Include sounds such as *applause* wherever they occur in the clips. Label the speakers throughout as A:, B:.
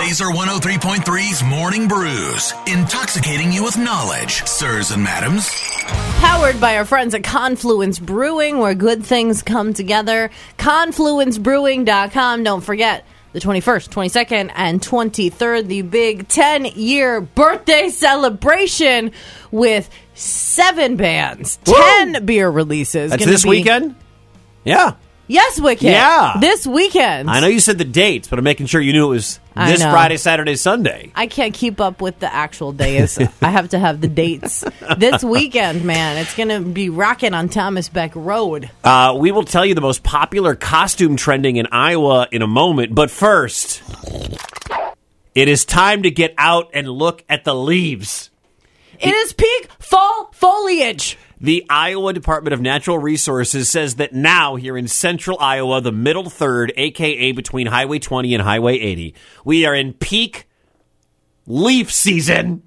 A: Laser 103.3's Morning Brews, intoxicating you with knowledge, sirs and madams.
B: Powered by our friends at Confluence Brewing, where good things come together. ConfluenceBrewing.com. Don't forget the 21st, 22nd, and 23rd, the big 10 year birthday celebration with seven bands, 10 beer releases.
C: That's
B: Gonna
C: this
B: be-
C: weekend? Yeah.
B: Yes, Wicked.
C: Yeah.
B: This weekend.
C: I know you said the dates, but I'm making sure you knew it was
B: I
C: this
B: know.
C: Friday, Saturday, Sunday.
B: I can't keep up with the actual days. I have to have the
C: *laughs*
B: dates. This weekend, man, it's going to be rocking on Thomas Beck Road.
C: Uh, we will tell you the most popular costume trending in Iowa in a moment, but first, it is time to get out and look at the leaves.
B: It is peak fall foliage.
C: The Iowa Department of Natural Resources says that now, here in central Iowa, the middle third, aka between Highway 20 and Highway 80, we are in peak leaf season.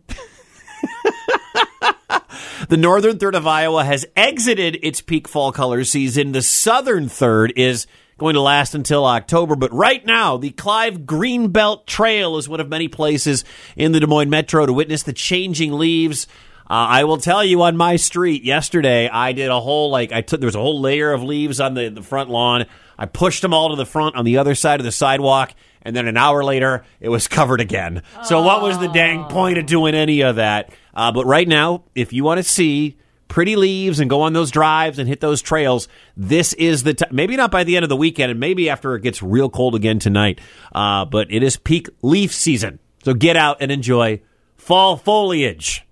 C: the northern third of Iowa has exited its peak fall color season. The southern third is going to last until October, but right now, the Clive Greenbelt Trail is one of many places in the Des Moines Metro to witness the changing leaves. Uh, I will tell you on my street yesterday, I did a whole like I took there was a whole layer of leaves on the, the front lawn. I pushed them all to the front on the other side of the sidewalk, and then an hour later, it was *laughs* covered again. So what was the dang point of doing any of that? Uh, but right now, if you want to see pretty leaves and go on those drives and hit those trails, this is the time. Maybe not by the end of the weekend, and maybe after it gets real cold again tonight. Uh, but it is peak leaf season, so get out and enjoy fall foliage.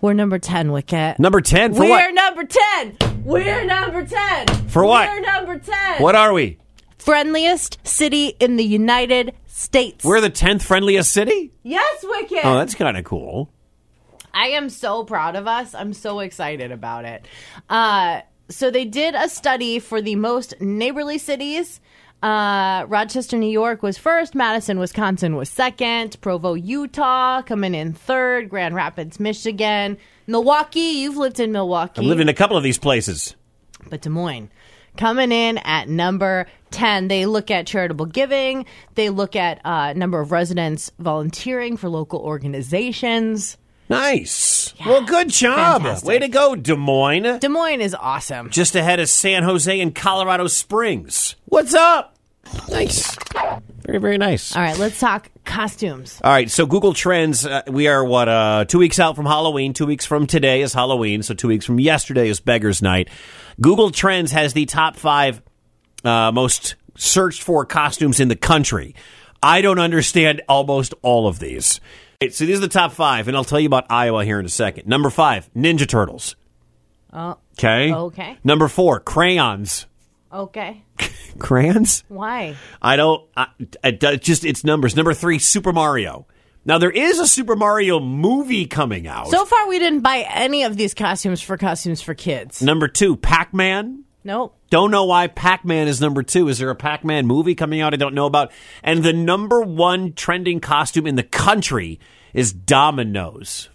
B: We're number 10, Wicket.
C: Number ten for
B: We're
C: what?
B: number 10. We're number 10.
C: For what?
B: We're number 10.
C: What are we?
B: Friendliest city in the United States.
C: We're the tenth friendliest city.
B: yes, Wicket.
C: Oh, that's kind of cool.
B: I am so proud of us. I'm so excited about it. Uh, so they did a study for the most neighborly cities. Uh, Rochester, New York was first. Madison, Wisconsin was second. Provo, Utah coming in third. Grand Rapids, Michigan. Milwaukee, you've lived in Milwaukee.
C: I've lived in a couple of these places.
B: but Des Moines coming in at number 10. They look at charitable giving, they look at uh, number of residents volunteering for local organizations.
C: Nice. well, good job.
B: fantastic.
C: Way to go, Des Moines.
B: Des Moines is awesome.
C: Just ahead of San Jose and Colorado Springs. What's up? Nice. Very, very nice.
B: All right, let's talk costumes.
C: All right, so Google Trends, uh, we are what uh, two weeks out from Halloween. Two weeks from today is Halloween, so two weeks from yesterday is Beggars Night. Google Trends has the top five uh, most searched for costumes in the country. I don't understand almost all of these. All right, so these are the top five, and I'll tell you about Iowa here in a second. Number five, Ninja Turtles.
B: Oh,
C: Okay.
B: Okay.
C: Number four, crayons.
B: okay.
C: Crayons.
B: Why?
C: I don't. I, it, it just it's numbers. Number three, Super Mario. Now there is a Super Mario movie coming out.
B: So far, we didn't buy any of these costumes for costumes for kids.
C: number two, Pac Man.
B: Nope.
C: Don't know why Pac Man is number two. Is there a Pac Man movie coming out? I don't know about. And the number one trending costume in the country is dominoes.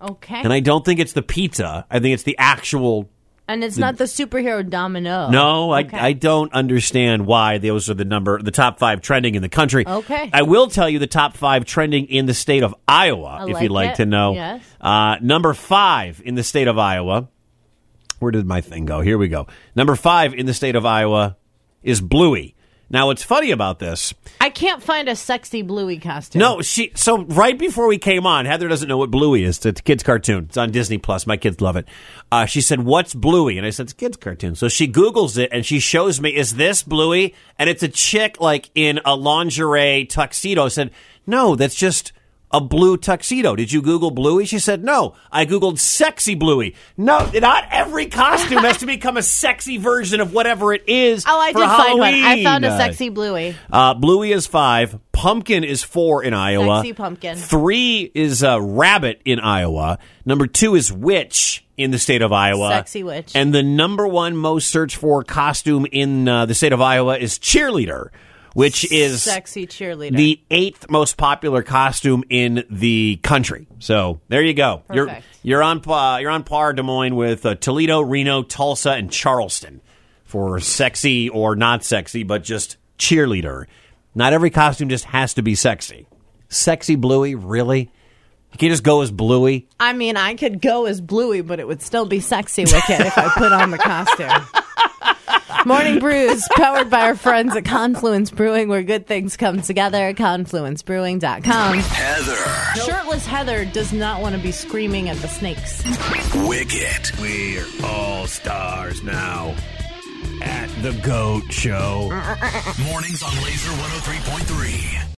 B: Okay.
C: And I don't think it's the pizza. I think it's the actual.
B: and it's not the superhero domino.
C: No, I,
B: Oh, Okay.
C: I don't understand why those are the number, the top five trending in the country.
B: Okay.
C: I will tell you the top five trending in the state of Iowa,
B: I
C: if
B: like
C: you'd like
B: it.
C: to know.
B: Yes.
C: Uh, number five in the state of Iowa. Where did my thing go? Here we go. Number five in the state of Iowa is Bluey. Now, what's funny about this?
B: I can't find a sexy bluey costume.
C: No, she. So right before we came on, Heather doesn't know what Bluey is. It's a kids' cartoon. It's on Disney Plus. My kids love it. Uh, she said, "What's Bluey?" And I said, "It's a kids' cartoon." So she googles it and she shows me, "Is this Bluey?" And it's a chick like in a lingerie tuxedo. I said, "No, that's just." A blue tuxedo. Did you Google Bluey? She said, no. I Googled sexy Bluey. No, not every costume has to become a sexy version of whatever it is.
B: *laughs* Oh, I
C: for
B: did find one. I
C: Halloween.
B: found a sexy bluey.
C: Uh, Bluey is five. Pumpkin is four in Iowa.
B: Sexy pumpkin.
C: Three is uh, rabbit in Iowa. Number two is witch in the state of Iowa.
B: Sexy witch.
C: And the number one most searched for costume in uh, the state of Iowa is cheerleader, which is
B: Sexy cheerleader.
C: the eighth most popular costume in the country. So there you go.
B: Perfect.
C: uh, You're you're on pa- you're on par Des Moines with uh, Toledo, Reno, Tulsa, and Charleston for sexy or not sexy, but just cheerleader. Not every costume just has to be sexy. Sexy Bluey, really? You can't just go as Bluey.
B: I mean, I could go as Bluey, but it would still be sexy wicked if I put on the
C: *laughs*
B: costume. Morning Brews, powered by our friends at Confluence Brewing, where good things come together. ConfluenceBrewing.com.
A: Heather.
B: Shirtless Heather does not want to be screaming at the snakes.
A: Wicket.
D: We're all stars now at the GOAT Show.
A: oh Mornings on Laser 103.3.